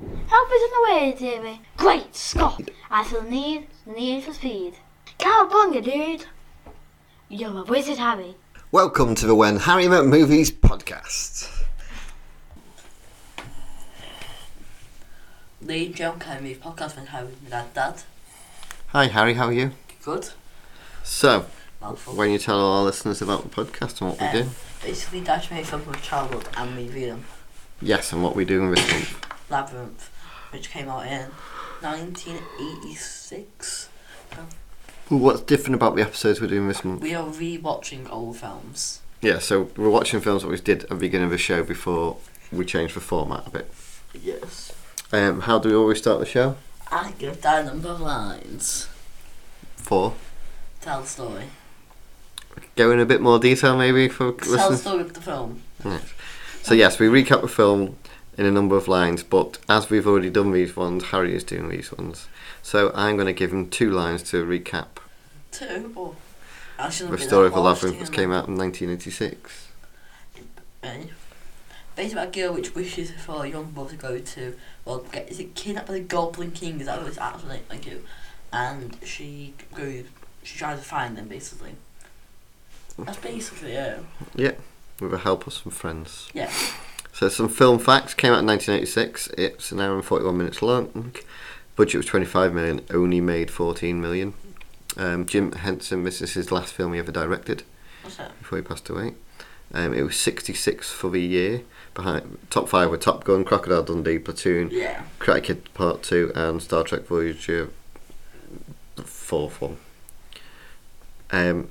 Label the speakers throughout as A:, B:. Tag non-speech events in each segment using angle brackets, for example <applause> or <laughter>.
A: is in the way, dear me. Great Scott! I feel the need, the need for speed. Cowabunga, dude! You're a wizard, Harry.
B: Welcome to the When Harry Met Movies podcast.
C: The John Carey Move podcast when Harry with my dad. Dad,
B: Hi, Harry, how are you?
C: good.
B: So,
C: Mouthful.
B: when you tell all our listeners about the podcast and what we do,
C: Um, basically, Dad made films from childhood and we read them.
B: yes, and what we do in this month.
C: Labyrinth, which came out in 1986.
B: Well, what's different about the episodes we're doing this month?
C: We are rewatching old films.
B: Yeah, so we're watching films that we did at the beginning of the show before we changed the format a bit.
C: Yes.
B: Um, how do we always start the show?
C: I give Dad a number of lines.
B: Four.
C: Tell the story.
B: Go in a bit more detail, maybe, for
C: Tell the
B: listeners.
C: story of the film.
B: So yes, we recap the film in a number of lines, but as we've already done these ones, Harry is doing these ones. So I'm going to give him two lines to recap
C: Two. Or I shouldn't
B: the
C: be
B: story of
C: that
B: the
C: harsh,
B: labyrinth, which
C: shouldn't
B: came out in 1986.
C: I? Eh? Based about a girl which wishes for a young boy to go to, well, get, is it kidnapped by the Goblin King? Is that what it's actually named? Thank you. And she goes, she tries to find them basically. That's basically it.
B: With the help of some friends.
C: Yeah.
B: So some film facts came out in 1986. It's an hour and 41 minutes long. Budget was 25 million. Only made 14 million. Um, Jim Henson. This is his last film he ever directed.
C: What's that?
B: before he passed away. Um, it was 66 for the year. Behind top five were Top Gun, Crocodile Dundee, Platoon,
C: Yeah.
B: Karate Kid Part Two, and Star Trek Voyager. The fourth one. Um,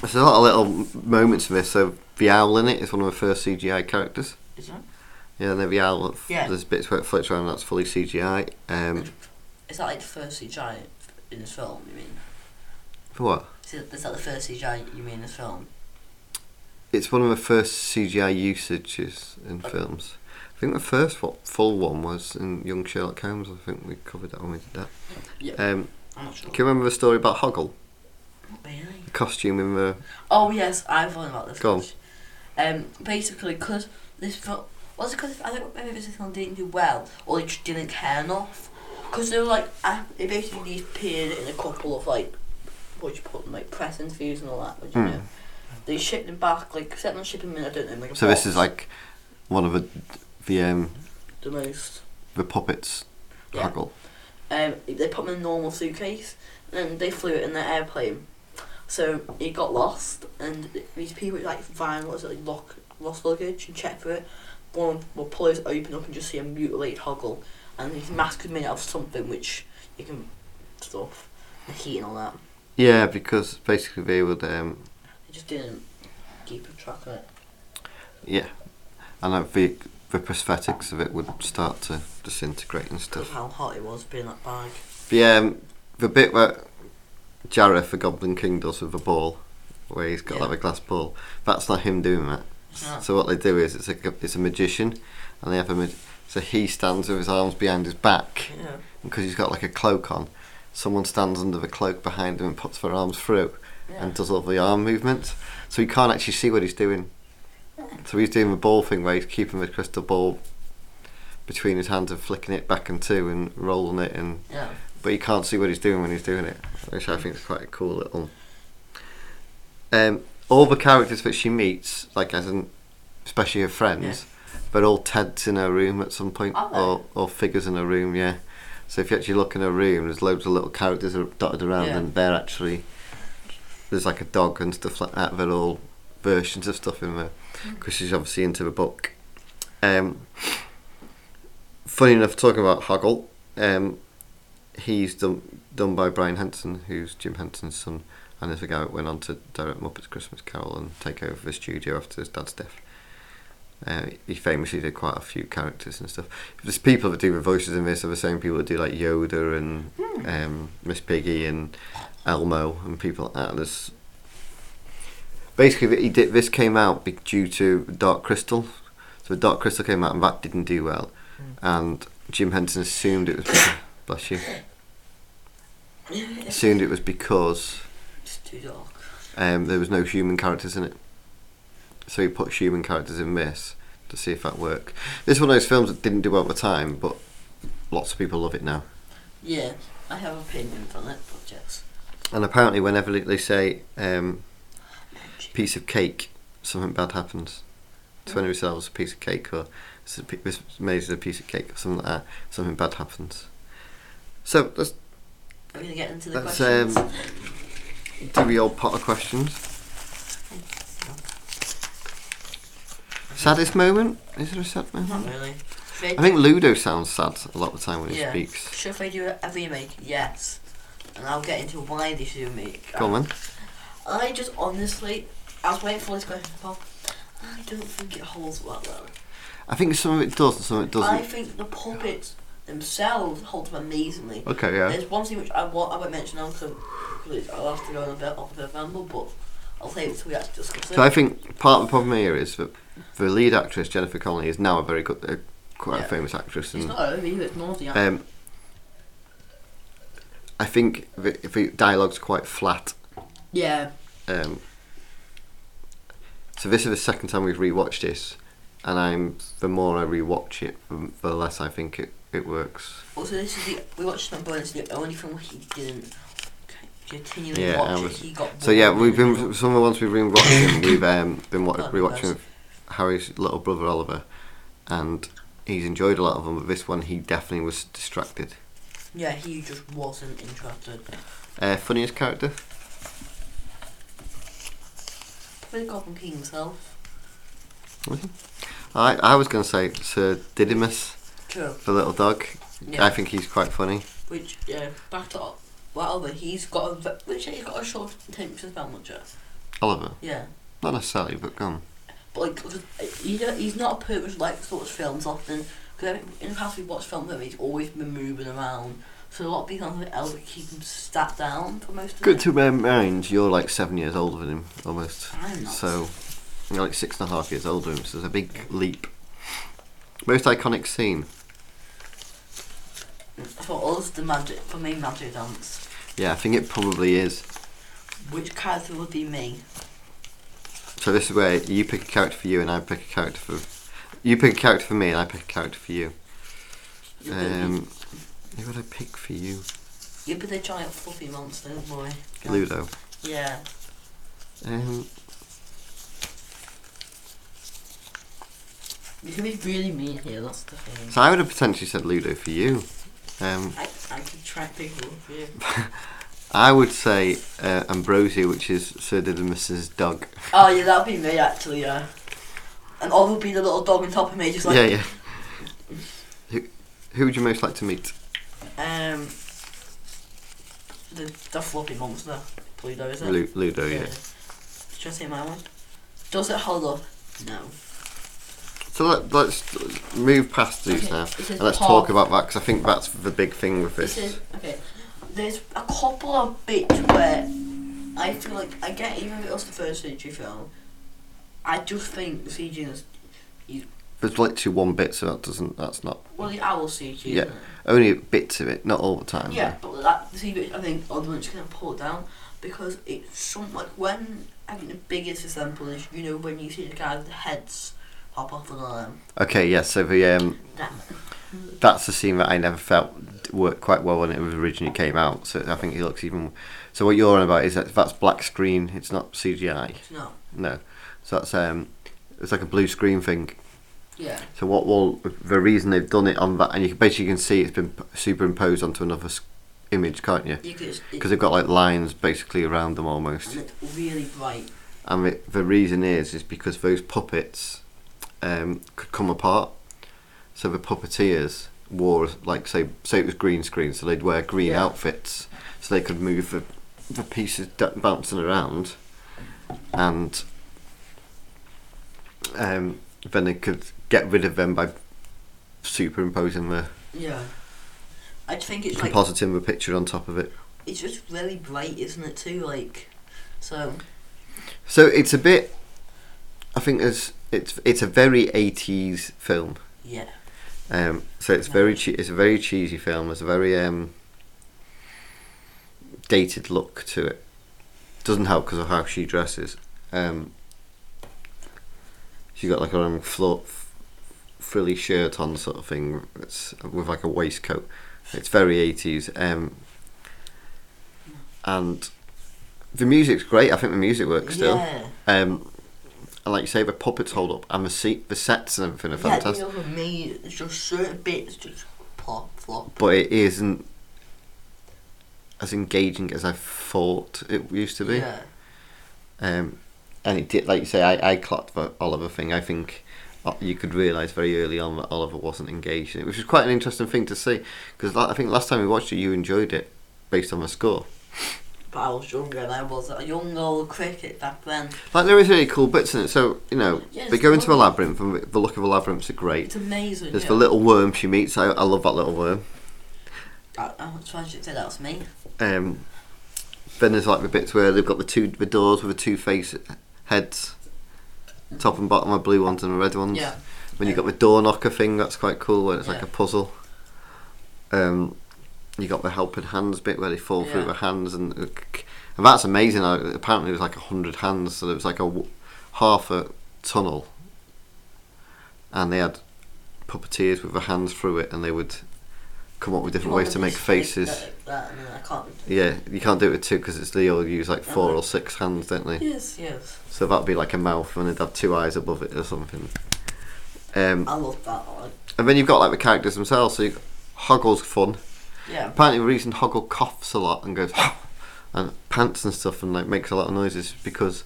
B: there's a lot of little m- moments in this. So the owl in it is one of the first CGI characters.
C: Is that?
B: Yeah, and then the owl.
C: Yeah.
B: There's bits where it floats around. That's fully CGI. Um,
C: Is that like the first CGI in this film? You mean?
B: for what?
C: Is that, is that the first CGI you mean in this film?
B: It's one of the first CGI usages in films. I think the first what, full one was in Young Sherlock Holmes. I think we covered that when we did that.
C: Yeah.
B: Um,
C: I'm not sure.
B: can you remember the story about Hoggle?
C: Not really.
B: The costume in the.
C: Oh yes, I've learned about this.
B: Go on.
C: much. Um, basically, because this film was because I think maybe this film didn't do well, or they just didn't care enough. Because they were like, I, it basically just appeared in a couple of like, what do you put them, like press interviews and all that. But you
B: Hmm.
C: know, they shipped them back like set them shipping them in. I don't know. Like a
B: So this
C: box,
B: is like one of the the um,
C: the most.
B: the puppets.
C: Yeah.
B: Hoggle.
C: Um, they put them in a normal suitcase, and then they flew it in their airplane. So it got lost, and these people like find what's it like lock lost luggage and check for it. One will pull it open up and just see a mutilated hoggle, and his mask is made out of something which you can stuff the heat and all that.
B: Yeah, because basically they would. Um,
C: They just didn't keep a track of it.
B: yeah, and like the the prosthetics of it would start to disintegrate and
C: Of
B: stuff.
C: how hot it was being that bag.
B: Yeah, um, the bit where Jareth, the Goblin King, does with the ball, where he's got
C: Yeah. Ah.
B: like a glass ball, that's not him doing that.
C: Yeah.
B: So what they do is it's a it's a magician, and they have a mag- so he stands with his arms behind his back
C: Yeah.
B: because he's got like a cloak on. Someone stands under the cloak behind him and puts their arms through
C: Yeah.
B: and does all the arm movements, so he can't actually see what he's doing. So he's doing the ball thing where he's keeping the crystal ball between his hands and flicking it back and two and rolling it and
C: Yeah. <laughs>
B: but you can't see what he's doing when he's doing it, which I think is quite a cool little. Um, all the characters that she meets, like as in, especially her friends, they're all Teds in her room at some point,
C: Are they?
B: or or figures in her room, yeah. So if you actually look in her room, there's loads of little characters that are dotted around,
C: Yeah.
B: and they're actually there's like a dog and stuff like that. They're all versions of stuff in there because she's obviously into the book. Um, funny enough, talking about Hoggle, um, he's done done by Brian Henson, who's Jim Henson's son, and is the guy that went on to direct Muppets Christmas Carol and take over the studio after his dad's death. Uh, he famously did quite a few characters and stuff. There's people that do the voices in this are the same people that do like Yoda and um, Miss Piggy and Elmo and people like that. There's basically he did, this came out be- due to Dark Crystal. So Dark Crystal came out and that didn't do well, and Jim Henson assumed it was because, bless you assumed it was because
C: It's too dark.
B: um, there was no human characters in it. So he put human characters in this to see if that worked. This is one of those films that didn't do well at the time, but lots of people love it now.
C: Yeah, I have opinions on it, but yes.
B: And apparently, whenever they- they say um, piece of cake, something bad happens. To anyone who sells a piece of cake or s- p- this was made as a piece of cake or something like that, something bad happens. So let's
C: Are we gonna get into the
B: That's,
C: questions?
B: um, do the old Potter questions. Saddest moment? Is there a sad
C: Not
B: moment?
C: really.
B: I think Ludo sounds sad a lot of the time when he
C: Mm-hmm. Yeah.
B: speaks.
C: Should they do a remake? Yes. And I'll get into why they should make.
B: Go on then.
C: I just honestly, I was waiting for this question to pop. I don't think it holds well though.
B: I think some of it does and some of it
C: I
B: doesn't.
C: think the puppets themselves hold up amazingly.
B: Okay, yeah.
C: There's one thing which I won't, I won't mention now because I'll have to go on a bit off a bit of a ramble, but I'll save it till we actually discuss it.
B: So I think part of the problem here is that the lead actress Jennifer Connelly is now a very good, uh, quite
C: Yeah.
B: a famous actress,
C: it's
B: and
C: not over either, it's naughty. Um,
B: um, I think the, the dialogue's quite flat.
C: yeah.
B: Um, so this is the second time we've rewatched this, and I'm the more I rewatch it, the- the less I think it, it works.
C: Also, this is the we watched Snowboard. It's the only film he didn't c- continually
B: Yeah,
C: watch.
B: I
C: it,
B: was-
C: he got
B: So yeah,
C: bored
B: we've
C: and
B: been some of the ones we've been
C: <coughs>
B: watching. We've um, been wa-
C: Not
B: rewatching
C: impressed.
B: Harry's little brother Oliver, and he's enjoyed a lot of them. But this one, he definitely was distracted.
C: yeah, he just wasn't interested.
B: Uh, funniest character?
C: Probably the Goblin King himself.
B: I I was gonna say Sir Didymus,
C: True.
B: the little dog.
C: Yeah.
B: I think he's quite funny.
C: Which yeah, back to well, but he's got a ve- which he's got a short attention span, which uh,
B: Oliver,
C: yeah.
B: not necessarily, but gone.
C: But like, 'cause, uh, you know, he's not a person which likes to watch films often. Because in the past we watched films where he's always been moving around. So a lot of people have able to keep him sat down for most of
B: Good
C: it.
B: to bear in mind, you're like seven years older than him, almost.
C: I'm not.
B: So, you're like six and a half years older than him, so there's a big leap. Most iconic scene?
C: For us, the magic for me, magic dance.
B: Yeah, I think it probably is.
C: Which character would be me?
B: So this is where you pick a character for you and I pick a character for... You pick a character for me and I pick a character for you.
C: You'd be-
B: Um, who would I pick for you?
C: you'd be the giant fluffy monster boy.
B: Ludo.
C: Yeah.
B: Um,
C: You can be really mean here, that's the thing.
B: so I would have potentially said Ludo for you. Um,
C: I, I could try people for you.
B: I would say uh, Ambrosia, which is Sir Didymus's dog.
C: oh, yeah, that'd be me actually, yeah. And all would be the little dog on top of me, just
B: <laughs>
C: like.
B: yeah, yeah. Who, who would you most like to meet?
C: Um, the, the floppy monster. Pluto, is it?
B: Lu- Ludo, oh, yeah.
C: Should I say my one? Does it hold up? No.
B: So let, let's move past these
C: Okay,
B: now,
C: it says
B: and let's
C: Paul.
B: talk about that because I think that's the big thing with this.
C: This is okay. There's a couple of bits where I feel like I get even if it was the first century film. I just think the CG is
B: There's literally one bit, so that doesn't. That's not
C: well the owl CG.
B: Yeah.
C: Isn't it?
B: only bits of it, not all the time.
C: Yeah, but that the CG I think are the ones gonna pull it down because it's some like when I think the biggest example is you know when you see the guy with the heads pop off and all them.
B: though. Okay, yeah. So the um,
C: That
B: that's the scene that I never felt d- worked quite well when it was originally came out. So I think it looks even. So what you're on about is that that's black screen. It's not CGI.
C: no.
B: No. So that's um, it's like a blue screen thing.
C: Yeah.
B: So what will the reason they've done it on that? And you can, basically can see it's been p- superimposed onto another s- image, can't you?
C: You could just,
B: Because they've got like lines basically around them almost.
C: and it's really bright.
B: And the, the reason is is because those puppets um, could come apart. So the puppeteers wore like say say it was green screen, so they'd wear green
C: Yeah.
B: outfits, so they could move the the pieces d- bouncing around, and um, then they could get rid of them by superimposing the
C: Yeah. I just think it's like
B: compositing the picture on top of it.
C: it's just really bright, isn't it? Too like, so
B: So it's a bit. I think it's it's it's a very eighties film.
C: yeah,
B: Um, so it's very che- it's a very cheesy film. There's a very um, dated look to it. Doesn't help because of how she dresses. Um, she got like her own flo- f- frilly shirt on sort of thing. It's with like a waistcoat. It's very eighties. Um, and the music's great. I think the music works still.
C: Yeah.
B: Um, and like you say, the puppets hold up, and the seat, the sets and everything are
C: Yeah,
B: fantastic.
C: the other me, it's just certain bits just plop, flop.
B: but it isn't as engaging as I thought it used to be.
C: Yeah.
B: Um, and it did, like you say, I, I clocked the Oliver thing. I think uh, you could realise very early on that Oliver wasn't engaged in it, which was quite an interesting thing to see. Because I think last time we watched it, you enjoyed it based on the score.
C: But I was younger, and I was a young old cricket back then.
B: Like, there is really cool bits in it. So, you know,
C: Yeah,
B: they
C: it's
B: go into a
C: lovely.
B: labyrinth, and the- the look of a labyrinth's are great.
C: It's amazing.
B: There's
C: yeah.
B: the little worm she meets. I, I love that little worm.
C: I, I was trying to say that was me.
B: Um, then there's like the bits where they've got the two the doors with the two face heads, top and bottom, the blue ones and the red ones.
C: Yeah.
B: When you've got the door knocker thing, that's quite cool. Where it's like
C: Yeah.
B: a puzzle. Um, you got the helping hands bit where they fall through
C: Yeah.
B: the hands, and uh, and that's amazing. I, apparently, it was like a hundred hands, so there was like a w- half a tunnel, and they had puppeteers with their hands through it, and they would come up with different ways to make faces.
C: That, that, and I can't.
B: Yeah, you can't do it with two because it's they all use like four or six hands, don't they?
C: Yes, yes.
B: So that'd be like a mouth, and they'd have two eyes above it or something. Um,
C: I love that one.
B: and then you've got like the characters themselves. So you've got Hoggle's fun.
C: Yeah.
B: Apparently, the reason Hoggle coughs a lot and goes <laughs> and pants and stuff and like makes a lot of noises is because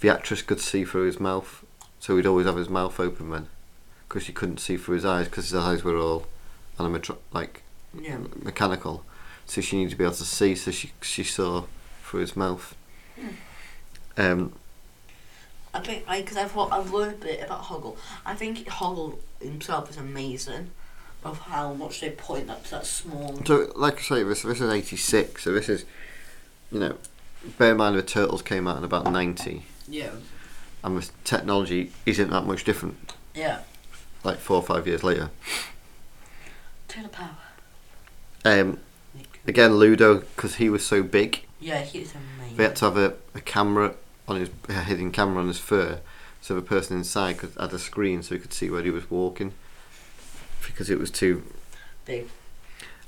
B: the actress could see through his mouth, so he'd always have his mouth open then, because she couldn't see through his eyes because his eyes were all animatro- like
C: Yeah.
B: mechanical, so she needed to be able to see. So she she saw through his mouth. Um,
C: I think I because I've wa- I've learned a bit about Hoggle. I think Hoggle himself is amazing of how much they put in that, that small.
B: so, like I say, this this is eighty six. So this is, you know, bear in mind the turtles came out in about ninety,
C: Yeah.
B: and the technology isn't that much different.
C: Yeah.
B: Like four or five years later.
C: Turn the power.
B: Um, again, Ludo, because he was so big,
C: Yeah, he's amazing.
B: they had to have a, a camera on his a hidden camera on his fur, so the person inside could had a screen so he could see where he was walking, because it was too
C: Big.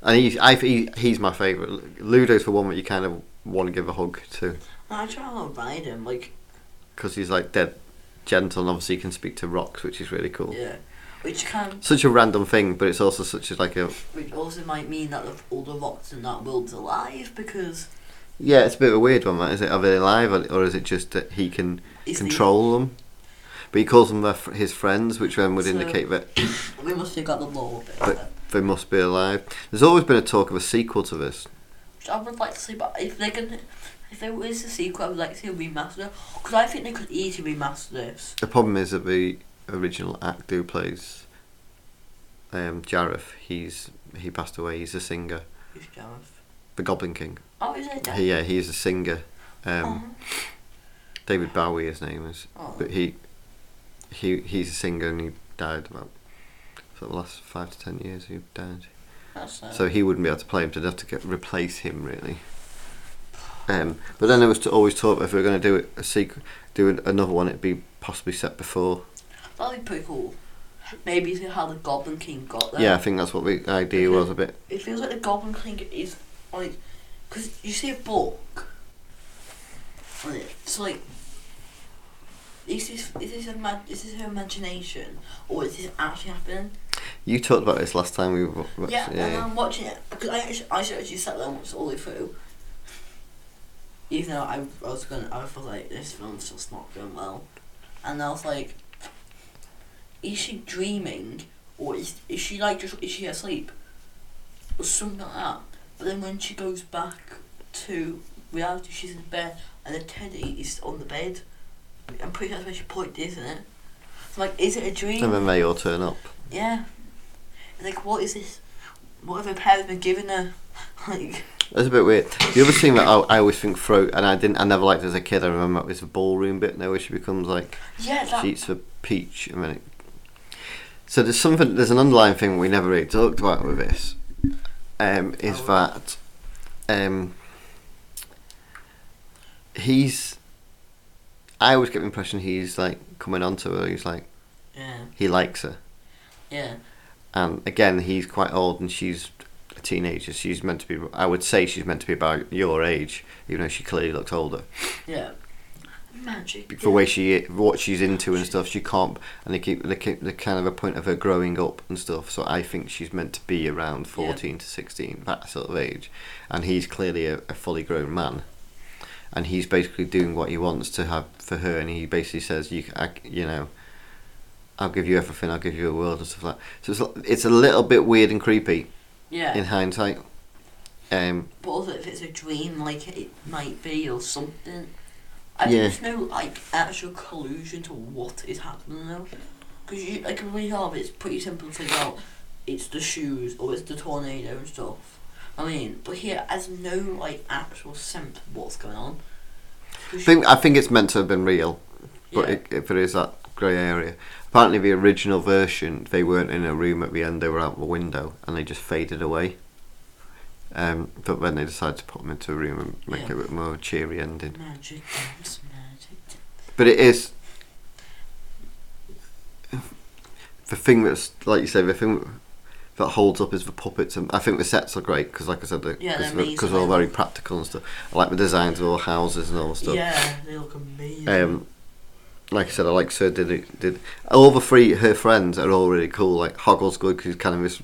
B: And he's, I, he, he's my favourite. Ludo's the one that you kind of want to give a hug to
C: I try to ride him like
B: because he's like dead gentle and obviously he can speak to rocks, which is really cool.
C: yeah, which can
B: Such a random thing, but it's also such a like a
C: which also might mean that the, all the rocks in that world's alive because
B: yeah, it's a bit of a weird one. That is it? Are they alive or, or is it just that he can
C: It's the-
B: control them? But he calls them their, fr- his friends, which then would
C: So-
B: indicate that
C: we must have got the law a bit.
B: But- they must be alive. There's always been a talk of a sequel to this.
C: I would like to see, but if they can, if there is a sequel, I would like to see a remaster because I think they could easily remaster this.
B: The problem is that the original actor who plays um, Jareth, he's he passed away. He's a singer,
C: Who's Gareth?
B: the Goblin King.
C: Oh, is it?
B: He, yeah, he's a singer. Um, David Bowie, his name is,
C: Oh.
B: but he he he's a singer and he died about for the last five to ten years. He died,
C: That's uh,
B: so he wouldn't be able to play him. So they'd have to get, replace him really. Um, but then there was to always talk if we were going to do it a sequel, do an- another one, it'd be possibly set before.
C: That'd be pretty cool. Maybe see how the Goblin King got there.
B: yeah, I think that's what the idea was a bit.
C: It feels like the Goblin King is like, because you see a book, and it's like, is this is this, ima- is this her imagination or is this actually happening?
B: You talked about this last time we were.
C: Yeah, um, and I'm watching it because I actually, I should actually sat there and watched it all the way through. Even though I, I was gonna, I was like, this film's just not going well, and I was like, is she dreaming or is is she like just is she asleep or something like that? But then when she goes back to reality, she's in bed and the teddy is on the bed. I'm pretty sure that's where she put it, isn't it? So like, is it a dream?
B: And then they all turn up.
C: Yeah. Like, what is this? What have her parents been giving her? <laughs> Like,
B: That's a bit weird. The other thing that I, I always think throw and I didn't, I never liked as a kid. I remember it's the ballroom bit now where she becomes like
C: yeah, that.
B: she eats the peach and then. It, so there's something. There's an underlying thing we never really talked about with this. Um, is
C: Oh.
B: that um, he's. I always get the impression he's like coming onto her. He's like
C: yeah.
B: he likes her,
C: Yeah.
B: and Um, again he's quite old and she's a teenager she's meant to be i would say she's meant to be about your age even though she clearly looks older
C: Yeah. Magic.
B: for the way she what she's into and stuff she can't and they keep they keep the kind of a point of her growing up and stuff so i think she's meant to be around 14 to 16 that sort of age and he's clearly a, a fully grown man and he's basically doing what he wants to have for her and he basically says you c- I c- you know i'll give you everything i'll give you a world and stuff like that so it's, l- it's a little bit weird and creepy
C: Yeah.
B: in hindsight um
C: But also, if it's a dream, like it might be, or something. I think
B: Yeah.
C: there's no like actual collusion to what is happening though, because you like when you have it, it's pretty simple to figure out. It's the shoes or it's the tornado and stuff. I mean, but here has no like actual sense of what's going on. 'Cause
B: I think I think it's meant to have been real, but
C: Yeah.
B: it, if there is that grey area, apparently the original version they weren't in a room at the end; they were out the window, and they just faded away. Um, but then they decided to put them into a room and make
C: Yeah.
B: it a bit more cheery ending.
C: magic dance, magic.
B: But it is the thing that's like you say, the thing that holds up is the puppets, and I think the sets are great because, like I said, because
C: Yeah, they're
B: they're, 'cause they're all
C: amazing.
B: very practical and stuff. I like the designs of all houses and all the stuff.
C: Yeah, they look amazing.
B: Um, like I said, I like Sir Did Did all the three her friends are all really cool. Like Hoggle's good 'cause he's kind of this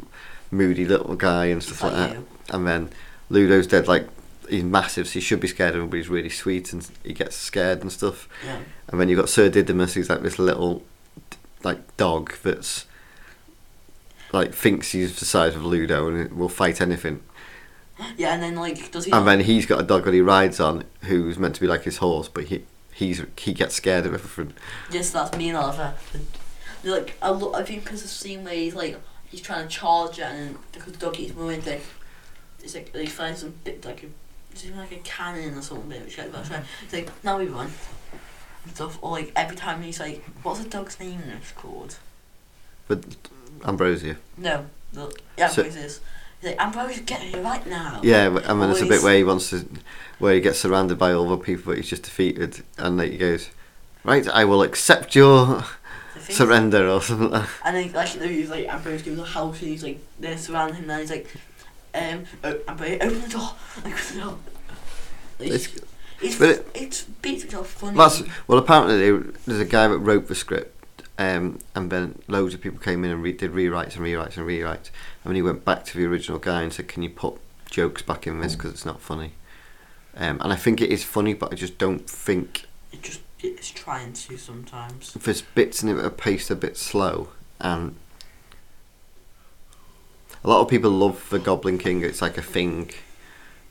B: moody little guy and stuff
C: Like
B: like that.
C: you.
B: And then Ludo's dead. Like he's massive, so he should be scared of him, but he's really sweet and he gets scared and stuff.
C: yeah,
B: And then you have got Sir Didymus, who's like this little like dog that's like thinks he's the size of Ludo and will fight anything.
C: yeah, and then like does he?
B: And then he's got a dog that he rides on, who's meant to be like his horse, but he he's he gets scared of everything.
C: Yes, that's me and Oliver. Like, I, lo- I think because the scene where he's like, he's trying to charge it and because the dog eats moving, like, it's like, they find some bit like a, it's even like a cannon or something, which like, that's right. It's like, now we run. And stuff, or like, every time he's like, what's the dog's name and it's called?
B: But Ambrosia.
C: No, the, yeah,
B: So-
C: so, this. He's like, Ambrose, get here right now.
B: Yeah, but- and then there's a bit
C: Always.
B: where he wants to, where he gets surrounded by all the people that he's just defeated, and then he goes, "Right, I will accept your
C: I think.
B: surrender," or something. Like that.
C: And then like he's like Ambrose gives a house and he's like they're surrounding him and he's like um oh, Ambrose open the door <laughs> open the door. It's
B: It's,
C: it's,
B: but
C: it,
B: it-
C: it's basically funny.
B: that's well. Apparently, they, there's a guy that wrote the script, um, and then loads of people came in and re- did rewrites and rewrites and rewrites, and then he went back to the original guy and said, "Can you put jokes back in this because it's not funny?" Um, and I think it is funny, but I just don't think
C: it just it's trying to sometimes.
B: there's bits in it that are paced a bit slow and a lot of people love the Goblin King. It's like a thing.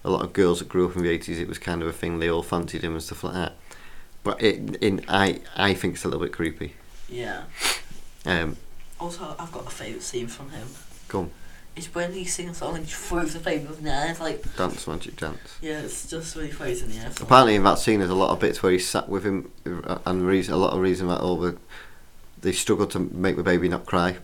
B: A lot of girls that grew up in the eighties, it was kind of a thing. They all fancied him and stuff like that. But it, in I, I think it's a little bit creepy.
C: Yeah.
B: Um,
C: Also I've got a favourite scene from him.
B: go on,
C: It's when he sings a song and he throws the paper in the air. It's like
B: dance, magic, dance.
C: yeah, it's just when he throws it in the air. So
B: Apparently, in that scene, there's a lot of bits where he sat with him, uh, and the reason, a lot of reason that all the they struggled to make the baby not cry.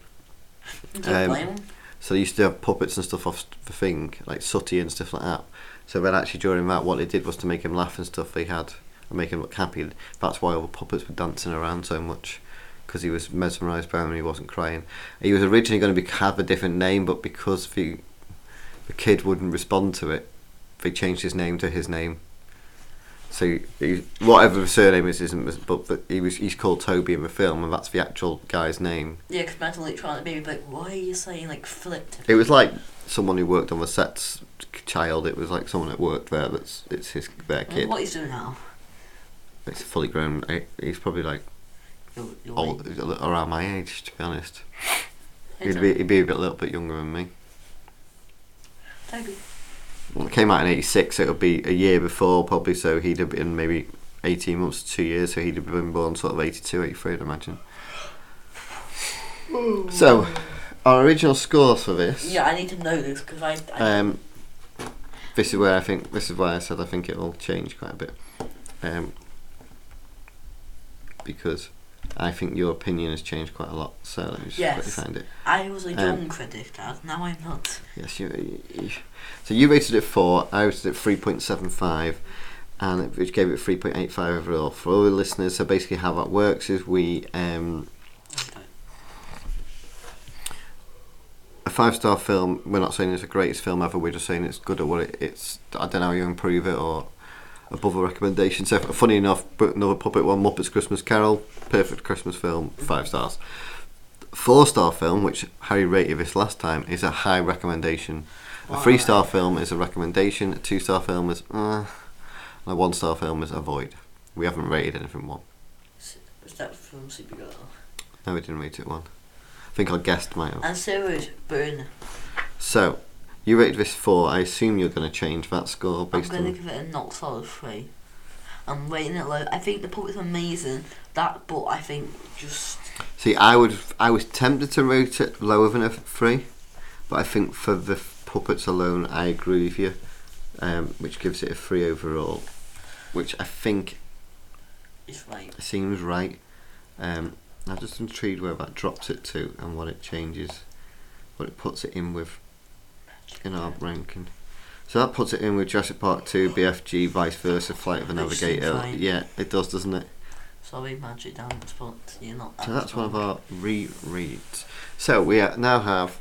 C: you don't
B: um,
C: blame him.
B: So they used to have puppets and stuff off the thing, like Sooty and stuff like that. So then actually during that, what they did was to make him laugh and stuff. They had and make him look happy. That's why all the puppets were dancing around so much, because he was mesmerised by them and he wasn't crying. He was originally going to be, have a different name, but because the the kid wouldn't respond to it, they changed his name to his name. So he, whatever the surname is, isn't. But the, he was he's called Toby in the film, and that's the actual guy's name.
C: Yeah, because mentally trying to be like, why are you saying like flipped?
B: It was like someone who worked on the sets child. It was like someone that worked there. That's it's his their
C: And
B: kid.
C: what he's doing now?
B: It's fully grown. eh, He's probably like
C: You're, you're
B: old, around my age. To be honest,
C: He's
B: he'd be he'd be a bit, little bit younger than me.
C: like,
B: Well, it came out in '86, so it would be a year before probably. So he'd have been maybe 18 months, to two years. So he'd have been born sort of 82, 83, I'd imagine. So our original scores for this.
C: Yeah, I need to know this because I, I
B: Um, this is where I think this is why I said I think it will change quite a bit, um, because I think your opinion has changed quite a lot. So let me just
C: Yes.
B: quickly find it.
C: I was a
B: um,
C: young critic, Dad. Now I'm not.
B: Yes, you, you- So you rated it four. I rated it three point seven five, and it- which gave it three point eight five overall. For all the listeners, so basically how that works is we um, five star film. We're not saying it's the greatest film ever. We're just saying it's good at what it, it's. I don't know how you improve it or above a recommendation. So funny enough, but another puppet one, Muppets Christmas Carol, perfect Christmas film, five stars. Four star film, which Harry rated this last time, is a high recommendation. A three star film is a recommendation. A two star film is, uh, and a one star film is avoid. We haven't rated anything one.
C: Was that from Supergirl?
B: No, we didn't rate it one. I think our guest might have.
C: And so would Burn.
B: So, you rated this four. I assume you're going to change that score
C: I'm
B: based
C: going to
B: on.
C: give it a not solid three. I'm rating it low. I think the puppet's amazing. That, but I think just
B: See, I would. I was tempted to rate it lower than a f- three, but I think for the f- puppets alone, I agree with you, um, which gives it a three overall, which I think
C: is right.
B: seems right. Um, I'm just intrigued where that drops it to and what it changes, what it puts it in with in our ranking. So that puts it in with Jurassic Park 2, BFG, Vice Versa, Flight of the
C: Which seems
B: Navigator.
C: right.
B: Yeah, it does, doesn't it?
C: Sorry, Magic Dance, but you're not.
B: So that's one of
C: our.
B: our rereads. So we uh, now have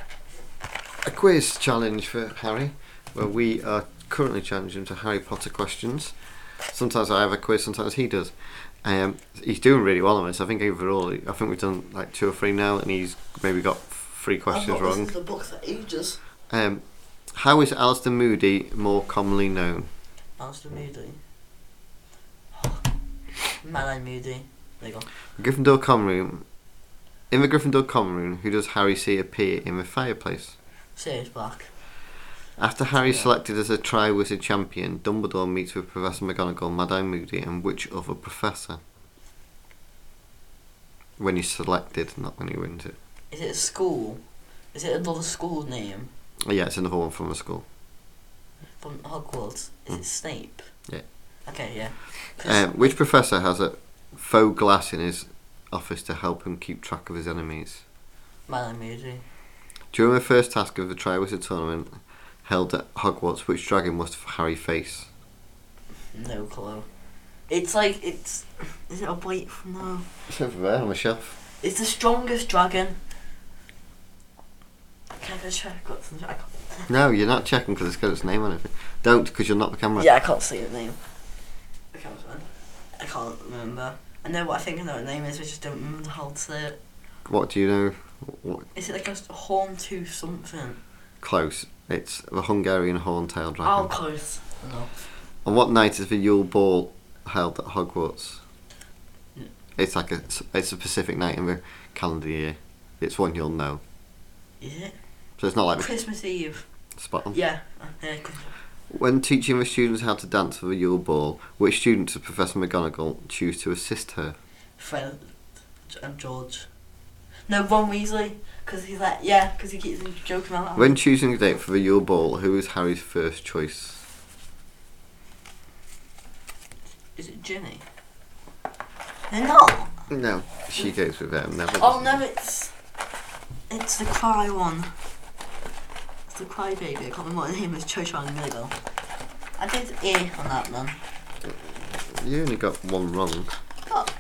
B: a quiz challenge for Harry, where we are currently challenging him to Harry Potter questions. Sometimes I have a quiz, sometimes he does. Um, he's doing really well on this. I think overall, I think we've done like two or three now, and he's maybe got three questions wrong.
C: The book for ages.
B: Um, how is Alistair Moody more commonly known?
C: Alistair Moody. <sighs> Madeline Moody. There you go.
B: Gryffindor common room. In the Gryffindor common room, who does Harry see appear in the fireplace?
C: Sirius Black.
B: After Harry is
C: Yeah.
B: selected as a Triwizard champion, Dumbledore meets with Professor McGonagall, Mad Eye Moody, and which other professor? When he's selected, not when he wins it.
C: Is it a school? Is it another school name
B: Oh, yeah, it's another one from a school.
C: from Hogwarts? Is
B: Mm.
C: it Snape?
B: Yeah.
C: Okay, yeah. 'Cause
B: Um, which professor has a faux glass in his office to help him keep track of his enemies?
C: Madeline Moody.
B: During the first task of the Triwizard tournament held at Hogwarts, which dragon must Harry face?
C: No clue. It's like it's. Is it a white? No.
B: It's over there on the shelf.
C: It's the strongest dragon. Can I go check? What's the- I can't-
B: No, you're not checking because it's got its name on it. Don't, because you'll knock the camera.
C: Yeah, I can't see the name. I can't remember. I can't remember. I know what I think I know what the name is, but I just don't remember how to say it.
B: What do you know? What,
C: Is it like a s- horn to something?
B: Close. It's the Hungarian horn-tailed
C: Oh,
B: dragon.
C: close. No.
B: On what night is the Yule Ball held at Hogwarts?
C: Yeah.
B: It's like a it's a specific night in the calendar year. It's one you'll know.
C: Is it?
B: So it's not like Oh.
C: Christmas Eve.
B: spot on.
C: Yeah. uh, yeah Christmas.
B: When teaching the students how to dance for the Yule Ball, which students does Professor McGonagall choose to assist her?
C: Fred and George. No, Ron Weasley. Because he's like, yeah, because he keeps joking about
B: When choosing a date for the Yule Ball, who is Harry's first choice?
C: Is it Ginny? No.
B: No, she goes with them. Never.
C: Oh, no, it's. It's the Cry one. It's the Cry Baby. I can't remember what the name is. Cho Chang Milligal. I did A on that one.
B: You only got one wrong.
C: Got,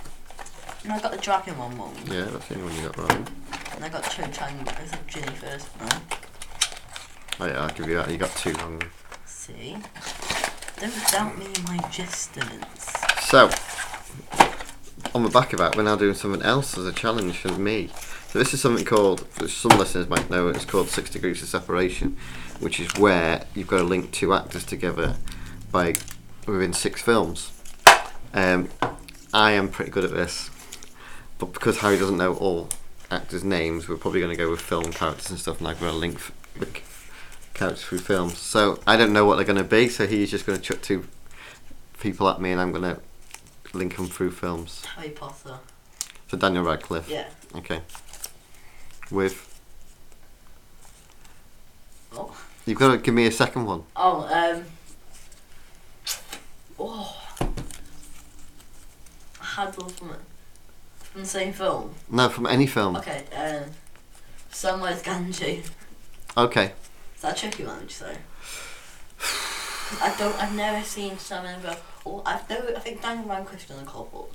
C: and I got the Dragon one wrong.
B: Yeah, that's the only one you got wrong.
C: And I got Cho Chang. I said Ginny first. No.
B: Oh yeah, I'll give you that. You got two wrong.
C: See? Don't doubt me in my gestiments.
B: So, on the back of that, we're now doing something else as a challenge for me. So this is something called, which some listeners might know, it's called Six Degrees of Separation, which is where you've got to link two actors together by within six films. Um, I am pretty good at this, but because Harry doesn't know all actors' names, we're probably going to go with film characters and stuff, and I've got to link f- the c- characters through films. So I don't know what they're going to be, so he's just going to chuck two people at me, and I'm going to link them through films.
C: Harry Potter.
B: So Daniel Radcliffe.
C: Yeah.
B: Okay. With
C: Oh.
B: you've got to give me a second one.
C: Oh, um. Oh. I had one from, from the same film.
B: No, from any film.
C: Okay, um. Samwise Ganji.
B: Okay.
C: Is that a tricky one, would you say? <sighs> I don't, I've never seen Simon Grove. Oh, I've never, I think Daniel Radcliffe's done a couple.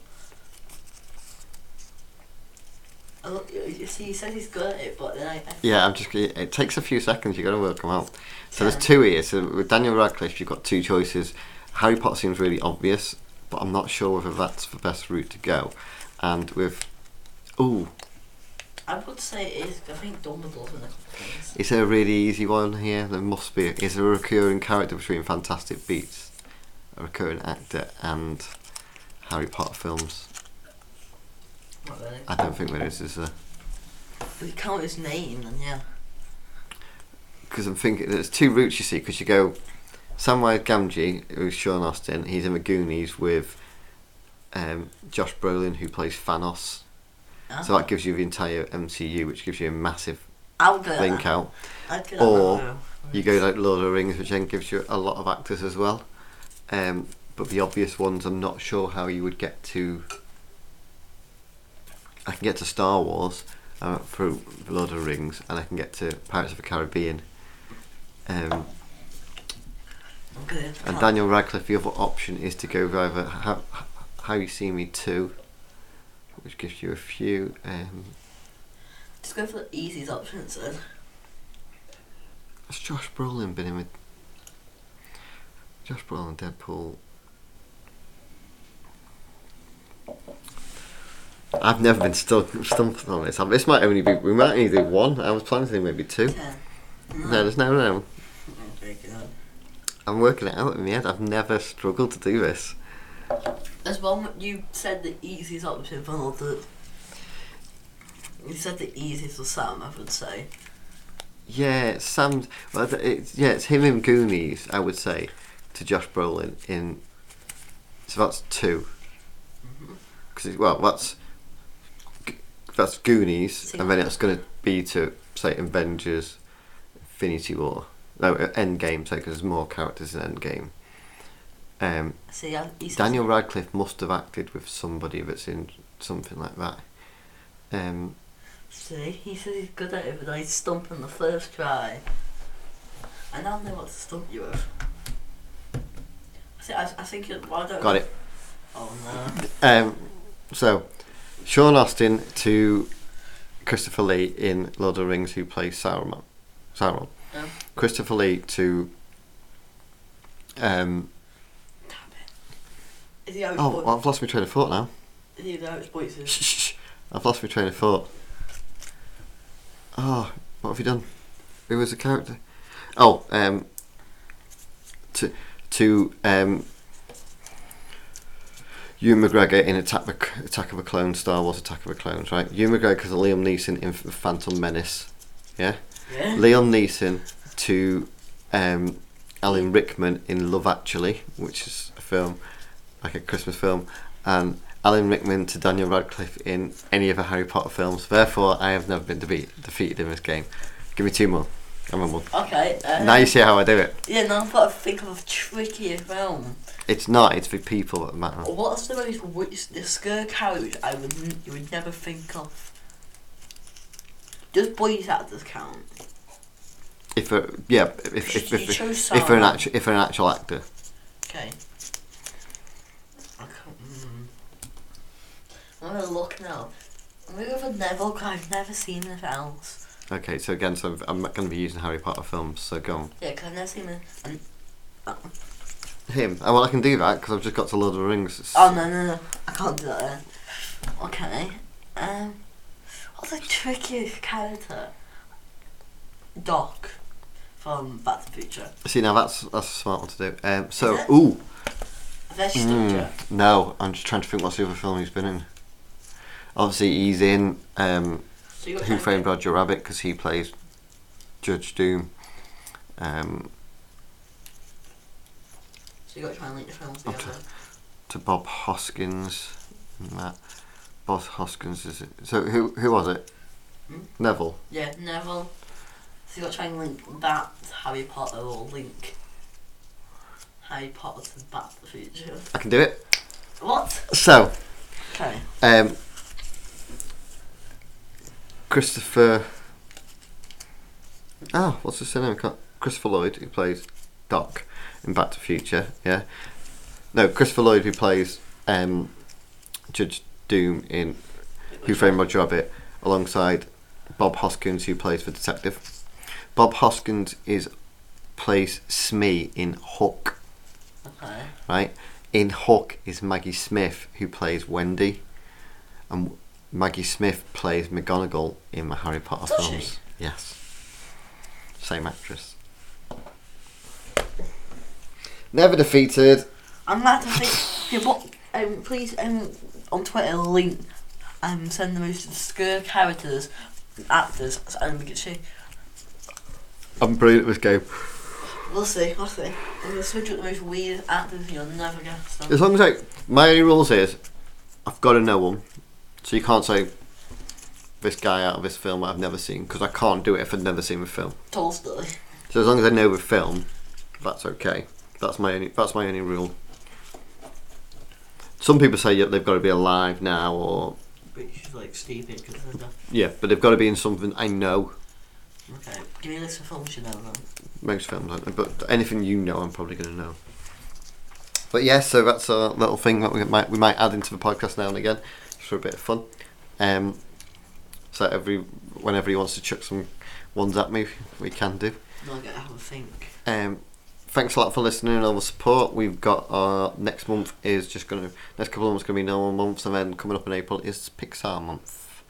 C: I look, you see, he says he's good at it, but then I. I
B: Yeah, I'm just. It takes a few seconds. You got to work them out. So
C: Yeah.
B: there's two here. So with Daniel Radcliffe, you've got two choices. Harry Potter seems really obvious, but I'm not sure whether that's the best route to go. And with, ooh,
C: I would say it is. I think Dumbledore's in a couple of things.
B: is there a really easy one here? There must be. Is there a recurring character between Fantastic Beasts, a recurring actor, and Harry Potter films?
C: Not really.
B: I don't think there is. Is there?
C: If you count his name, then yeah.
B: because I'm thinking there's two routes you see because you go Samwise Gamgee who's Sean Austin he's in the Goonies with um, Josh Brolin who plays Thanos
C: Ah.
B: so that gives you the entire MCU which gives you a massive
C: I would go. at
B: link
C: that.
B: out
C: I'd go at
B: or
C: that,
B: you go like Lord of the Rings which then gives you a lot of actors as well um, but the obvious ones I'm not sure how you would get to I can get to Star Wars uh, through Lord of the Rings and I can get to Pirates of the Caribbean um,
C: I'm good. at
B: And
C: that.
B: Daniel Radcliffe, the other option is to go with either How, How You See Me 2, which gives you a few. Um,
C: Just go for the easiest options then.
B: has Josh Brolin been in with. Josh Brolin, Deadpool. I've never been still stumped on this. This might only be. We might only do one. I was planning to do maybe two.
C: Ten.
B: No, there's no, no.
C: Okay, good.
B: I'm working it out in my head. I've never struggled to do this.
C: There's one where you said the easiest option for all the. You said the easiest was Sam, I would say.
B: Yeah, it's Sam. Well, th- it's, yeah, it's him in Goonies. I would say to Josh Brolin in. So that's two. Because well, that's G- that's Goonies, and then it's going to be to say Avengers, Infinity War, no uh, Endgame. So because there's more characters in Endgame. Um,
C: See, yeah, he says-
B: Daniel Radcliffe must have acted with somebody that's in something like that. Um,
C: See, he says he's good at it, but I stump on the first try. I now know what to stump you with. I think, I, I think you. Why don't
B: got it.
C: Oh no.
B: Um, so, Sean Austin to Christopher Lee in Lord of the Rings, who plays Sauron. Sauron.
C: Yeah.
B: Christopher Lee to. Um,
C: Damn it. Is he Irish
B: oh,
C: oh,
B: I've lost my train of thought now.
C: Is he the Irish boy?
B: Shh, shh, shh. I've lost my train of thought. Oh, what have you done? Who was the character? Oh, um, to to um, Ewan McGregor in Attack, the C- Attack of the Clones, Star Wars Attack of the Clones, right? Ewan McGregor to Liam Neeson in F- Phantom Menace, yeah.
C: Yeah.
B: Liam Neeson to um, Alan Rickman in Love Actually, which is a film like a Christmas film, and Alan Rickman to Daniel Radcliffe in any of the Harry Potter films. Therefore, I have never been debe- defeated in this game. Give me two more. I'm a one.
C: Okay. Uh,
B: Now you see how I do it.
C: Yeah, now I've got to think of a trickier film.
B: It's not. It's the people that matter.
C: What's the most which the scare carriage I would n- you would never think of? Does boys actors count?
B: If a, yeah, if if, if,
C: You
B: if,
C: chose
B: if they're an
C: Sauron.
B: actual if they're an actual actor.
C: Okay. I can't. Mm. I'm gonna look now. I'm gonna go for Neville 'cause I've never seen anything else.
B: Okay, so again, so I'm not going to be using Harry Potter films. So go on.
C: Yeah, 'cause I've never seen it. And,
B: Him. Oh, well, I can do that because I've just got to Lord of the Rings. It's-
C: oh no no no! I can't do that. Then. Okay. Um, what's the trickiest character? Doc from Back to the Future.
B: See, now that's that's a smart one to do. Um, so,
C: Is it?
B: ooh,
C: Veggie
B: Mm,
C: Stalker.
B: no, I'm just trying to think what's the other film he's been in. Obviously, he's in um,
C: So you got
B: Who
C: Henry-
B: Framed Roger Rabbit because he plays Judge Doom. Um,
C: So you got to try and link the films
B: Okay.
C: together.
B: to Bob Hoskins, and that Bob Hoskins is. So who who was it?
C: Hmm?
B: Neville.
C: Yeah, Neville. So you got to try and link that to Harry Potter or link Harry Potter to Back to the Future.
B: I can do it.
C: What?
B: So,
C: Okay.
B: um, Christopher. Oh, what's his name? Christopher Lloyd, who plays Doc in Back to the Future, yeah. No, Christopher Lloyd, who plays um, Judge Doom in Who Framed Roger Rabbit, alongside Bob Hoskins, who plays the detective. Bob Hoskins is plays Smee in Hook,
C: Okay.
B: right? In Hook is Maggie Smith, who plays Wendy, and Maggie Smith plays McGonagall in the Harry Potter
C: Does she?
B: films. Yes, same actress. Never defeated.
C: I'm glad to think. Yeah, but um, please um, on Twitter link um, send the most obscure characters, actors, and we can see.
B: I'm brilliant at this game.
C: We'll see. We'll see. I'm gonna switch up the most weird actors you'll never guess. Them.
B: As long as I, my only rules is, I've got to know one, so you can't say this guy out of this film I've never seen because I can't do it if I've never seen the film.
C: Tolstoy.
B: So as long as I know the film, that's okay. That's my only. That's my only rule. Some people say yeah, they've got to be alive now, or
C: Which is like stupid because there's nothing.
B: yeah, but they've got to be in something I know.
C: Okay, give me a list of films you know then.
B: Most films, I don't, but anything you know, I'm probably going to know. But yeah, so that's a little thing that we might we might add into the podcast now and again, just for a bit of fun. Um, so every whenever he wants to chuck some ones at me, we can do.
C: No, I gotta have a think.
B: Um, thanks a lot for listening and all the support. We've got our next month is just going to next couple of months going to be normal months, and then coming up in April is Pixar month.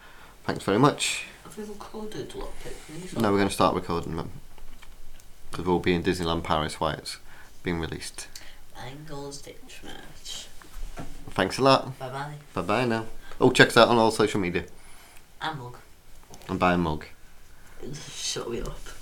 B: Thanks very much.
C: Have we recorded a lot of pictures?
B: Now we're going to start recording them because we'll be in Disneyland Paris while it's being released.
C: Angles Ditch Merch.
B: Thanks a lot.
C: Bye bye.
B: Bye bye now. Oh, check us out on all social media
C: Amog.
B: and buy a mug.
C: Shut me up.